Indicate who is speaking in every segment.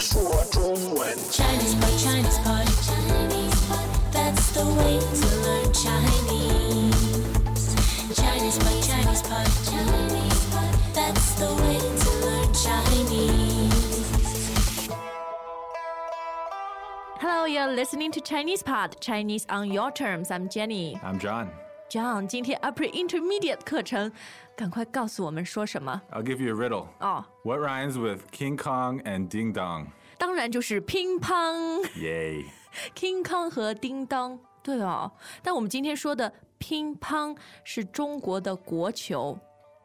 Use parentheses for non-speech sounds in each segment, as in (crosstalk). Speaker 1: 说中文。
Speaker 2: Chinese pot, Chinese pot, Chinese pot. That's the way to learn Chinese. Chinese pot, Chinese pot, Chinese pot. That's the way to learn Chinese.
Speaker 3: Hello, you're listening to Chinese Pod Chinese on your terms. I'm Jenny.
Speaker 4: I'm John.
Speaker 3: John，今天 Upper Intermediate 课程，赶快告诉我们说什么
Speaker 4: I'll give you a riddle.
Speaker 3: 哦？
Speaker 4: What rhymes with King Kong and Ding Dong?
Speaker 3: 当然就是乒乓、
Speaker 4: Yay. (laughs)
Speaker 3: King Kong 和叮当。对哦，但我们今天说的乒乓是中国的国球，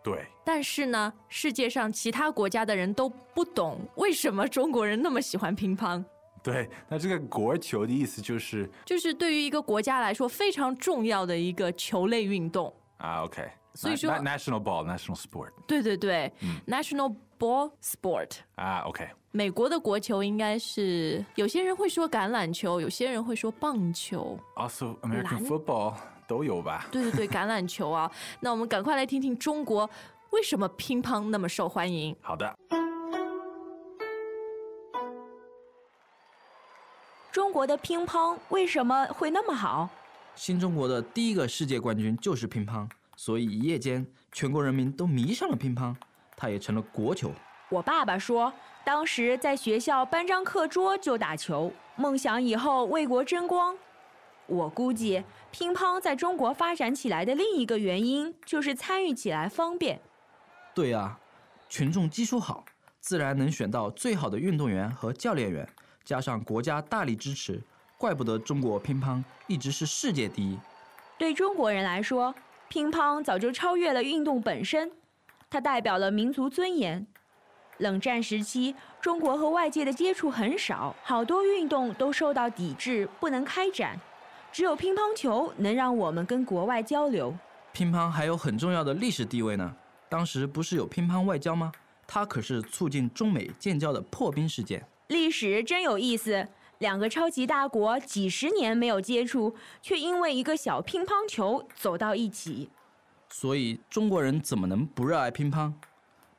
Speaker 4: 对，
Speaker 3: 但是呢，世界上其他国家的人都不懂为什么中国人那么喜欢乒乓。
Speaker 4: 对，那这个国球的意思就是
Speaker 3: 就是对于一个国家来说非常重要的一个球类运动。
Speaker 4: 啊，OK，
Speaker 3: 所以
Speaker 4: Not-
Speaker 3: 说
Speaker 4: not national ball, national sport
Speaker 3: 对对对、n a t i o n a l Ball Sport。
Speaker 4: 啊，OK，
Speaker 3: 美国的国球应该是有些人会说橄榄球，有些人会说棒球。
Speaker 4: also American
Speaker 3: 篮
Speaker 4: football 都有吧？
Speaker 3: 对对对，橄榄球啊。那我们赶快来听听中国为什么乒乓那么受欢迎。
Speaker 4: 好的，
Speaker 5: 中国的乒乓为什么会那么好？
Speaker 6: 新中国的第一个世界冠军就是乒乓，所以一夜间全国人民都迷上了乒乓，它也成了国球。
Speaker 5: 我爸爸说，当时在学校搬张课桌就打球，梦想以后为国争光。我估计，乒乓在中国发展起来的另一个原因就是参与起来方便。
Speaker 6: 对啊，群众基础好，自然能选到最好的运动员和教练员，加上国家大力支持，怪不得中国乒乓一直是世界第一。
Speaker 5: 对中国人来说，乒乓早就超越了运动本身，它代表了民族尊严。冷战时期，中国和外界的接触很少，好多运动都受到抵制，不能开展。只有乒乓球能让我们跟国外交流。
Speaker 6: 乒乓还有很重要的历史地位呢，当时不是有乒乓外交吗？它可是促进中美建交的破冰事件。
Speaker 5: 历史真有意思，两个超级大国几十年没有接触，却因为一个小乒乓球走到一起。
Speaker 6: 所以中国人怎么能不热爱乒乓？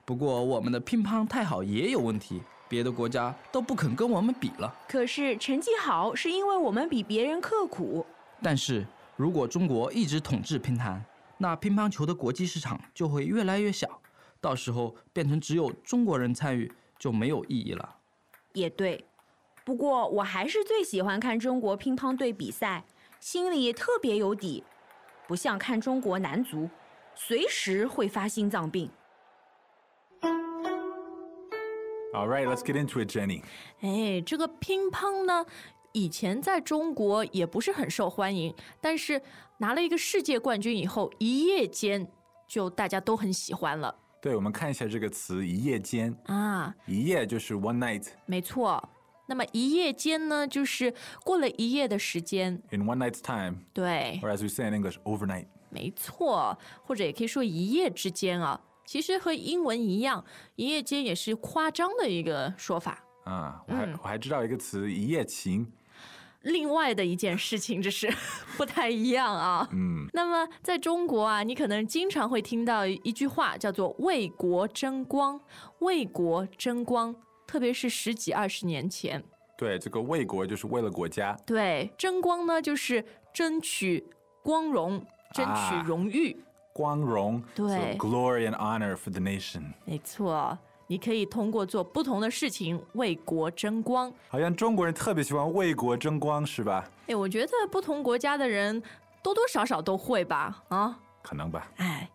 Speaker 6: 不过我们的乒乓太好也有问题，别的国家都不肯跟我们比了。
Speaker 5: 可是成绩好是因为我们比别人刻苦，
Speaker 6: 但是如果中国一直统治乒坛，那乒乓球的国际市场就会越来越小，到时候变成只有中国人参与就没有意义了。
Speaker 5: 也对，不过我还是最喜欢看中国乒乓队比赛，心里特别有底，不像看中国男足，随时会发心脏病。
Speaker 4: All right, let's get into it, Jenny.
Speaker 3: 哎，这个乒乓呢，以前在中国也不是很受欢迎，但是拿了一个世界冠军以后，一夜间就大家都很喜欢了
Speaker 4: 对，我们看一下这个词“一夜间
Speaker 3: 啊。”，
Speaker 4: 一夜就是 one night。
Speaker 3: 没错。那么一夜间呢，就是过了一夜的时间，
Speaker 4: In one night's time,
Speaker 3: 对，
Speaker 4: or as we say in English, overnight.
Speaker 3: 没错，或者也可以说一夜之间啊。其实和英文一样，一夜间也是夸张的一个说法。
Speaker 4: 啊，我还、我还知道一个词“一夜情
Speaker 3: 另外的一件事情，这是 (laughs) 不太一样啊。嗯，那么在中国啊，你可能经常会听到一句话叫做“为国争光”，为国争光，特别是十几二十年前，”。
Speaker 4: 对，这个为国就是为了国家。
Speaker 3: 对，争光呢就是争取光荣，争取
Speaker 4: 啊
Speaker 3: 荣誉。
Speaker 4: 光荣，
Speaker 3: 对。
Speaker 4: so glory and honor for the nation。
Speaker 3: 没错，哦你可以通过做不同的事情为国争光。
Speaker 4: 好像中国人特别喜欢为国争光，是吧？
Speaker 3: 哎，我觉得不同国家的人多多少少都会吧，啊。
Speaker 4: 可能吧。
Speaker 3: 哎，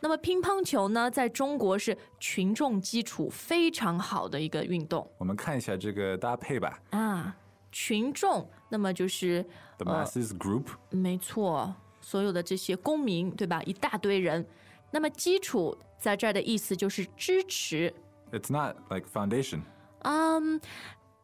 Speaker 3: 那么乒乓球呢，在中国是群众基础非常好的一个运动
Speaker 4: 我们看一下这个搭配吧。
Speaker 3: 啊。群众，那么就是，
Speaker 4: The
Speaker 3: 呃
Speaker 4: masses group，、
Speaker 3: 没错，所有的这些公民，对吧？一大堆人。那么基础在这儿的意思就是支持，
Speaker 4: it's not like foundation。
Speaker 3: 嗯，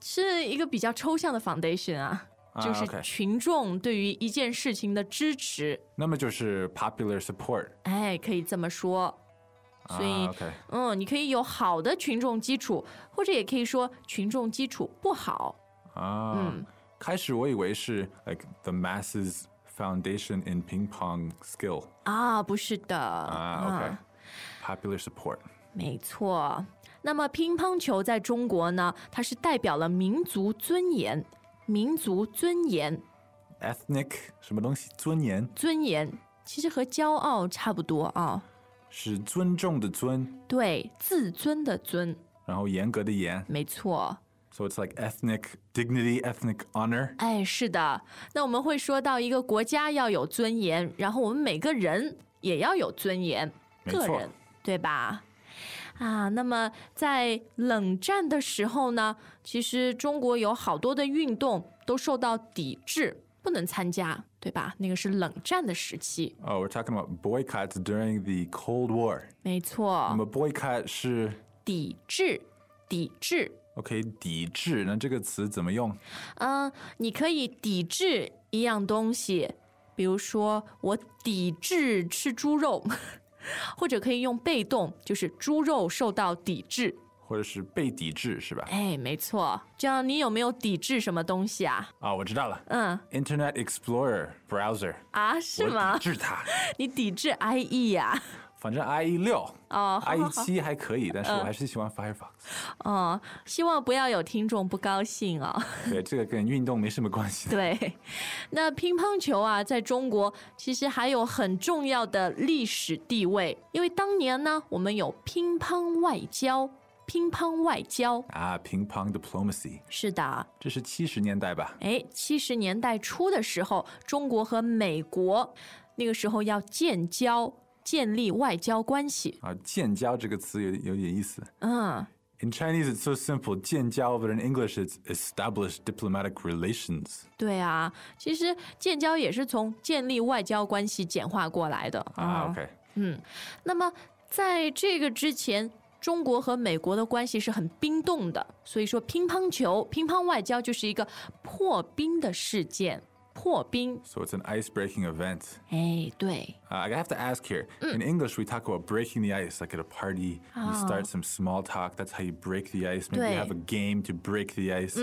Speaker 3: 是一个比较抽象的 foundation 啊，
Speaker 4: 啊
Speaker 3: 就是
Speaker 4: ，OK
Speaker 3: 群众对于一件事情的支持，
Speaker 4: 那么就是 popular support。
Speaker 3: 哎，可以这么说。所以
Speaker 4: 啊、，OK，
Speaker 3: 嗯，你可以有好的群众基础，或者也可以说群众基础不好。
Speaker 4: 啊，
Speaker 3: 嗯
Speaker 4: 开始我以为是 like the masses foundation in ping pong skill
Speaker 3: 啊，不是的
Speaker 4: 啊，OK，popular support。
Speaker 3: 没错。那么乒乓球在中国呢，它是代表了民族尊严，民族尊严，
Speaker 4: Ethnic 什么东西？尊严
Speaker 3: 尊严其实和骄傲差不多啊。
Speaker 4: 是尊重的尊，
Speaker 3: 对，自尊的尊，
Speaker 4: 然后严格的严。
Speaker 3: 没错。
Speaker 4: So it's like ethnic dignity, ethnic honor.
Speaker 3: 哎，是的。那我们会说到一个国家要有尊严，然后我们每个人也要有尊严，
Speaker 4: 没
Speaker 3: 个
Speaker 4: 错
Speaker 3: 人对吧？啊，那么在冷战的时候呢，其实中国有好多的运动都受到抵制，不能参加，对吧？那个是冷战的时期，
Speaker 4: Oh, we're talking about boycotts during the Cold War.
Speaker 3: 没错
Speaker 4: 那，么 boycott 是
Speaker 3: 抵制，抵制。
Speaker 4: OK 抵制，那这个词怎么用？
Speaker 3: 嗯，你可以抵制一样东西，比如说我抵制吃猪肉， (laughs) 或者可以用被动，就是猪肉受到抵制。
Speaker 4: 或者是被抵制是吧？
Speaker 3: 哎，没错，这样你有没有抵制什么东西啊？
Speaker 4: 啊，我知道了。
Speaker 3: 嗯
Speaker 4: Internet Explorer browser
Speaker 3: 啊，是
Speaker 4: 我
Speaker 3: 吗
Speaker 4: 抵？制
Speaker 3: (laughs)
Speaker 4: 它。
Speaker 3: 你抵制 IE 呀、
Speaker 4: 反正 IE 六、
Speaker 3: 哦，嗯好
Speaker 4: IE 七还可以，但是我还是喜欢 Firefox。
Speaker 3: 哦，希望不要有听众不高兴哦。
Speaker 4: 对，这个跟运动没什么关系
Speaker 3: (laughs)
Speaker 4: 的。
Speaker 3: 对，那乒乓球啊，在中国其实还有很重要的历史地位，因为当年呢，我们有乒乓外交，乒乓外交，
Speaker 4: 啊，乒乓 diplomacy，
Speaker 3: 是的，
Speaker 4: 这是七十年代吧？
Speaker 3: 哎，七十年代初的时候，中国和美国那个时候要建交，建立外交关系，
Speaker 4: 啊，建交这个词有有点意思。
Speaker 3: 嗯。
Speaker 4: In Chinese, it's so simple, 建交 but in English, it's established diplomatic relations.
Speaker 3: 对啊，其实建交也是从建立外交关系简化过来的嗯
Speaker 4: 啊、o k
Speaker 3: 那么在这个之前，中国和美国的关系是很冰冻的，所以说乒乓球、乒乓外交就是一个破冰的事件。破冰，
Speaker 4: So it's an ice-breaking event.
Speaker 3: 哎，对，
Speaker 4: Uh, I have to ask here. In English, we talk about breaking the ice, like at a party, you start some small talk. That's how you break the ice. Maybe you have a game to break the ice.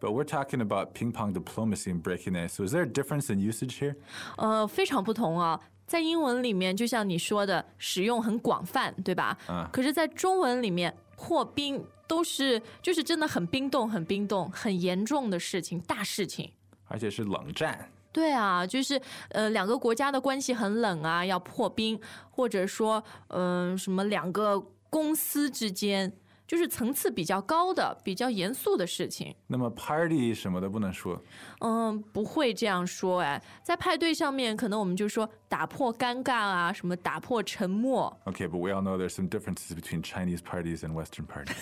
Speaker 4: But we're talking about ping pong diplomacy and breaking the ice. So is there a difference in usage here?
Speaker 3: 呃，非常不同啊。在英文里面，就像你说的，使用很广泛，对吧？嗯。可是，在中文里面，破冰都是就是真的很冰冻、很冰冻、很严重的事情，大事情。
Speaker 4: 而且是冷战。
Speaker 3: 对啊，就是呃，两个国家的关系很冷啊，要破冰，或者说，嗯、什么两个公司之间，就是层次比较高的、比较严肃的事情。
Speaker 4: 那么 party 什么的不能说。
Speaker 3: 嗯，不会这样说哎，在派对上面，可能我们就说打破尴尬啊，什么打破沉默。 (laughs)
Speaker 4: Okay, but we all know there's some differences between Chinese parties and Western parties.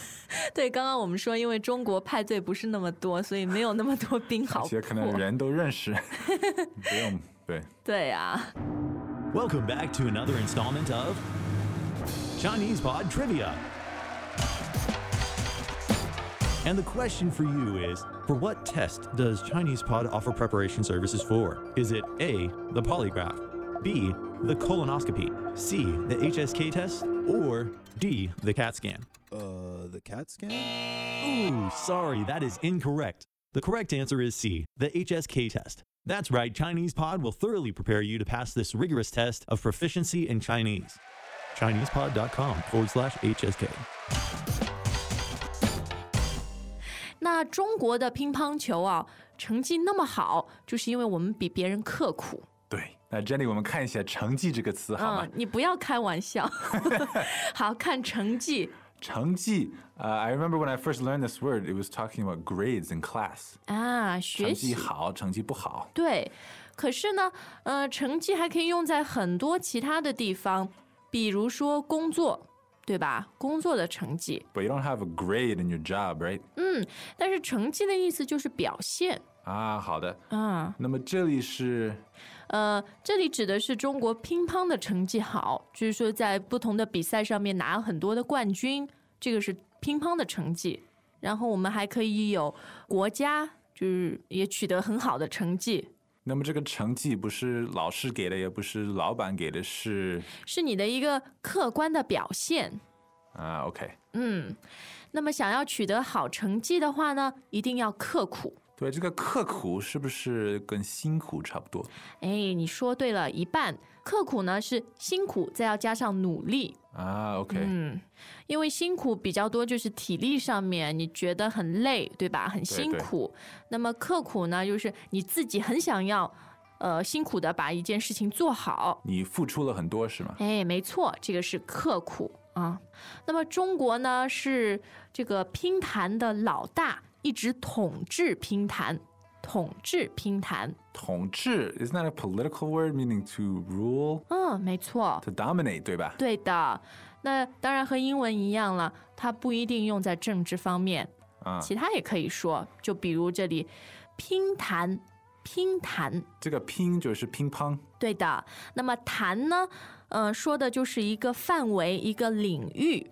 Speaker 3: 对，刚刚我们说，因为中国派对不是那么多，所以没有那么多冰好破。
Speaker 4: 而且可能人都认识。 (laughs) 不用，对。
Speaker 3: 对啊，
Speaker 1: Welcome back to another installment of Chinese Pod Trivia. And the question for you is For what test does Chinese Pod offer preparation services for? Is it A, the polygraph, B, the colonoscopy, C, the HSK test, or D, the CAT scan?
Speaker 7: Uh, the CAT scan?
Speaker 1: Ooh, sorry, that is incorrect. The correct answer is C, the HSK test. That's right, Chinese Pod will thoroughly prepare you to pass this rigorous test of proficiency in Chinese. ChinesePod.com forward slash HSK.
Speaker 3: 那中国的乒乓球啊，成绩那么好，就是因为我们比别人刻苦。
Speaker 4: 对，那 Jenny，我们看一下“成绩”这个词好吗？
Speaker 3: 嗯，你不要开玩
Speaker 4: (laughs)
Speaker 3: 笑。好看成绩
Speaker 4: 成绩, uh, I remember when I first learned this word, it was talking about grades in class.
Speaker 3: 啊，学习
Speaker 4: 成绩好，成绩不好。
Speaker 3: 对。可是呢，呃，成绩还可以用在很多其他的地方，比如说工作，对吧？工作的成绩，
Speaker 4: But you don't have a grade in your job, right?
Speaker 3: 但是成绩的意思就是表现。
Speaker 4: 啊，好的。
Speaker 3: 嗯，
Speaker 4: 那么这里是
Speaker 3: 呃，这里指的是中国乒乓的成绩好，就是说在不同的比赛上面拿很多的冠军，这个是乒乓的成绩。然后我们还可以有国家，就是也取得很好的成绩，
Speaker 4: 那么这个成绩不是老师给的，也不是老板给的，是
Speaker 3: 是你的一个客观的表现。嗯
Speaker 4: 啊，OK、o k
Speaker 3: 那么想要取得好成绩的话呢，一定要刻苦。
Speaker 4: 对，这个刻苦是不是跟辛苦差不多
Speaker 3: 哎，你说对了一半。刻苦呢是辛苦，再要加上努力，
Speaker 4: 啊？OK，、
Speaker 3: 嗯，因为辛苦比较多，就是体力上面你觉得很累，对吧？很辛苦。那么刻苦呢，就是你自己很想要，呃，辛苦的把一件事情做好。
Speaker 4: 你付出了很多是吗？
Speaker 3: 哎，没错，这个是刻苦啊。那么中国呢，是这个乒坛的老大，一直统治乒坛，统治乒坛。
Speaker 4: 统治 isn't that a political word meaning to rule
Speaker 3: 嗯，没错，
Speaker 4: to dominate 对吧？
Speaker 3: 对的。那当然和英文一样了，它不一定用在政治方面，
Speaker 4: 啊，
Speaker 3: 其他也可以说。就比如这里，乒坛，乒坛，
Speaker 4: 这个乒就是乒乓，
Speaker 3: 对的。那么坛呢，呃，说的就是一个范围，一个领域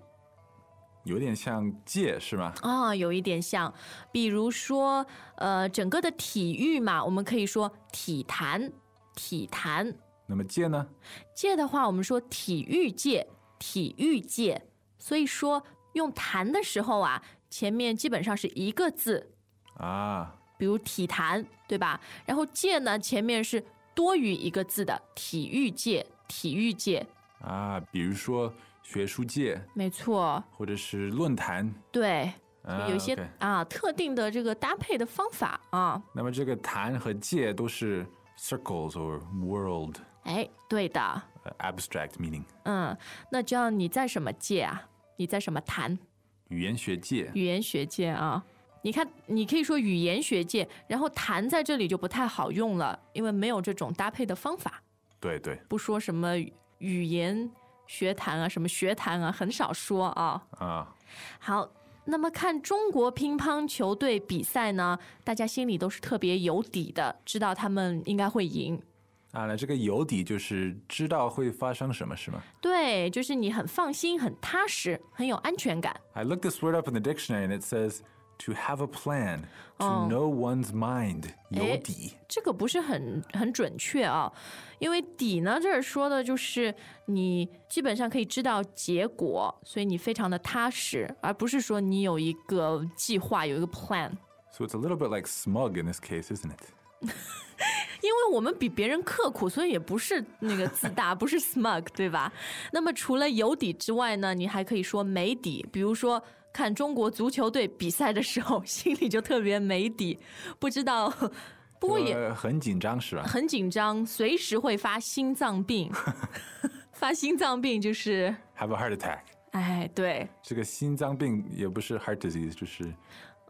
Speaker 4: 有点像界是吗？
Speaker 3: 啊、有一点像。比如说，呃，整个的体育嘛，我们可以说体坛，体坛。
Speaker 4: 那么界呢？
Speaker 3: 界的话，我们说体育界，体育界。所以说用坛的时候啊，前面基本上是一个字，
Speaker 4: 啊，
Speaker 3: 比如体坛，对吧？然后界呢，前面是多于一个字的，体育界，体育界，
Speaker 4: 啊，比如说学术界
Speaker 3: 没错，
Speaker 4: 或者是论坛，
Speaker 3: 对，
Speaker 4: 啊
Speaker 3: 有一些
Speaker 4: OK
Speaker 3: 啊特定的这个搭配的方法啊，
Speaker 4: 那么这个坛和界都是 circles or world
Speaker 3: 哎，对的，
Speaker 4: uh, abstract meaning
Speaker 3: 嗯，那这样你在什么界啊？你在什么坛？
Speaker 4: 语言学界
Speaker 3: 语言学界啊。你看，你可以说语言学界，然后谈在这里就不太好用了，因为没有这种搭配的方法。
Speaker 4: 对对
Speaker 3: 不说什么语言学坛啊，什么学坛啊，很少说啊。
Speaker 4: 啊，
Speaker 3: 好，那么看中国乒乓球队比赛呢，大家心里都是特别有底的，知道他们应该会赢。
Speaker 4: 啊，那这个有底就是知道会发生什么是吗
Speaker 3: 对，就是你很放心、很踏实、很有安全感。
Speaker 4: ？I looked this word up in the dictionary and it says to have a plan, to
Speaker 3: Oh. Eh?
Speaker 4: know one's mind, 有底
Speaker 3: 这个不是很很准确啊，因为底呢这儿说的就是你基本上可以知道结果，所以你非常的踏实，而不是说你有一个计划，有一个 plan。
Speaker 4: So it's a little bit like smug in this case, isn't it?
Speaker 3: 因为我们比别人刻苦，所以也不是那个自大，不是 smug，对吧？那么除了有底之外呢，你还可以说没底，比如说。看中国足球队比赛的时候， (laughs) 心里就特别没底，不知道，不过也
Speaker 4: 呃 uh, 很紧张是吧？
Speaker 3: 很紧张，随时会发心脏病。发心脏病就是，
Speaker 4: have a heart attack.
Speaker 3: 哎，对，
Speaker 4: 这个心脏病也不是 heart disease，就是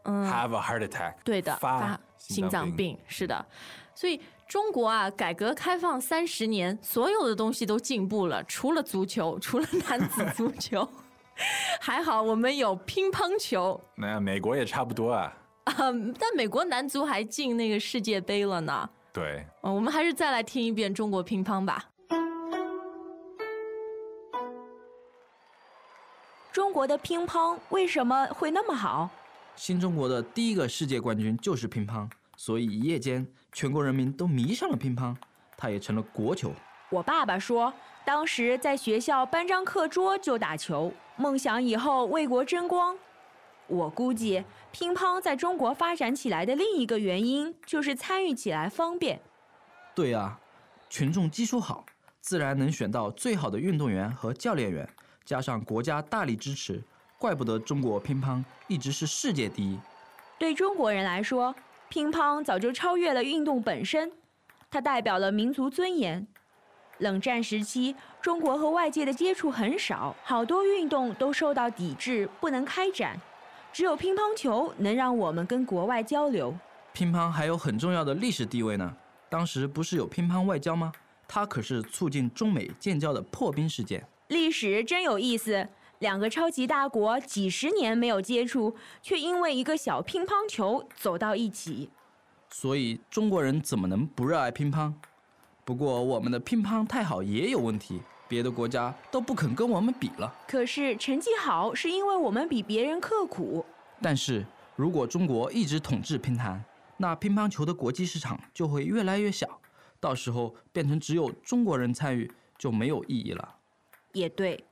Speaker 4: have a heart attack，
Speaker 3: 对的，
Speaker 4: 发
Speaker 3: 心脏
Speaker 4: 病。
Speaker 3: 病是的。所以中国啊，改革开放三十年，所有的东西都进步了，除了足球，除了男子足球。还好我们有乒乓球，
Speaker 4: 那美国也差不多啊。
Speaker 3: 嗯，但美国男足还进那个世界杯了呢。
Speaker 4: 对，
Speaker 3: 嗯，我们还是再来听一遍中国乒乓吧。
Speaker 5: 中国的乒乓为什么会那么好？
Speaker 6: 新中国的第一个世界冠军就是乒乓，所以一夜间全国人民都迷上了乒乓，它也成了国球。
Speaker 5: 我爸爸说，当时在学校搬张课桌就打球，梦想以后为国争光。我估计，乒乓在中国发展起来的另一个原因就是参与起来方便。
Speaker 6: 对啊，群众基础好，自然能选到最好的运动员和教练员，加上国家大力支持，怪不得中国乒乓一直是世界第一。
Speaker 5: 对中国人来说，乒乓早就超越了运动本身，它代表了民族尊严。冷战时期，中国和外界的接触很少，好多运动都受到抵制，不能开展。只有乒乓球能让我们跟国外交流。
Speaker 6: 乒乓还有很重要的历史地位呢。当时不是有乒乓外交吗？它可是促进中美建交的破冰事件。
Speaker 5: 历史真有意思，两个超级大国几十年没有接触，却因为一个小乒乓球走到一起。
Speaker 6: 所以中国人怎么能不热爱乒乓？不过我们的乒乓太好也有问题，别的国家都不肯跟我们比了。
Speaker 5: 可是成绩好是因为我们比别人刻苦，
Speaker 6: 但是如果中国一直统治乒坛，那乒乓球的国际市场就会越来越小，到时候变成只有中国人参与就没有意义了。
Speaker 5: 也对。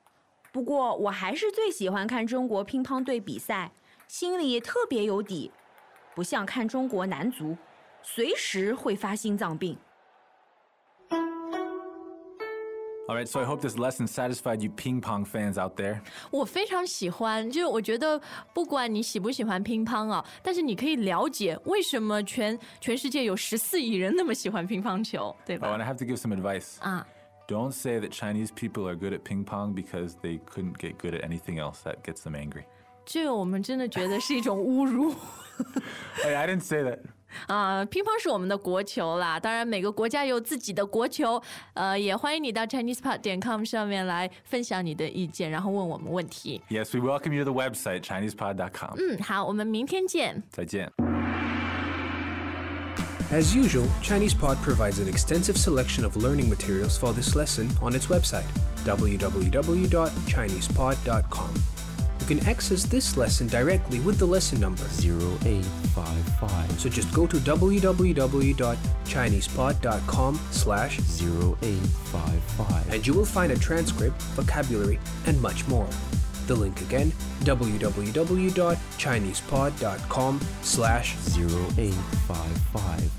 Speaker 5: 不过我还是最喜欢看中国乒乓队比赛，心里特别有底。不像看中国男足，随时会发心脏病。
Speaker 4: All right, so I hope this lesson satisfied you ping pong fans out there.
Speaker 3: 我非常喜欢，就是我觉得不管你喜不喜欢乒乓啊，但是你可以了解为什么全全世界有十四亿人那么喜欢乒乓球，对
Speaker 4: Oh,
Speaker 3: 吧？
Speaker 4: and I have to give some advice.
Speaker 3: 啊，
Speaker 4: Don't say that Chinese people are good at ping pong because they couldn't get good at anything else. That gets them angry.
Speaker 3: 这个我们真的觉得是一种侮辱
Speaker 4: Hey, Oh, I didn't say that.
Speaker 3: 啊！乒乓是我们的国球啦，当然每个国家有自己的国球，呃，也欢迎你到 ChinesePod 点 com 上面来分享你的意见，然后问我们问题。
Speaker 4: Yes, we welcome you to the website, ChinesePod.com.
Speaker 3: 嗯，好，我们明天见。
Speaker 4: 再见.
Speaker 8: As usual, ChinesePod provides an extensive selection of learning materials for this lesson on its website, www.chinesepod.com. You can access this lesson directly with the lesson number,
Speaker 9: 0855
Speaker 8: so just go to www.chinesepod.com slash
Speaker 9: 0855
Speaker 8: and you will find a transcript, vocabulary, and much more. The link again, www.chinesepod.com slash
Speaker 9: 0855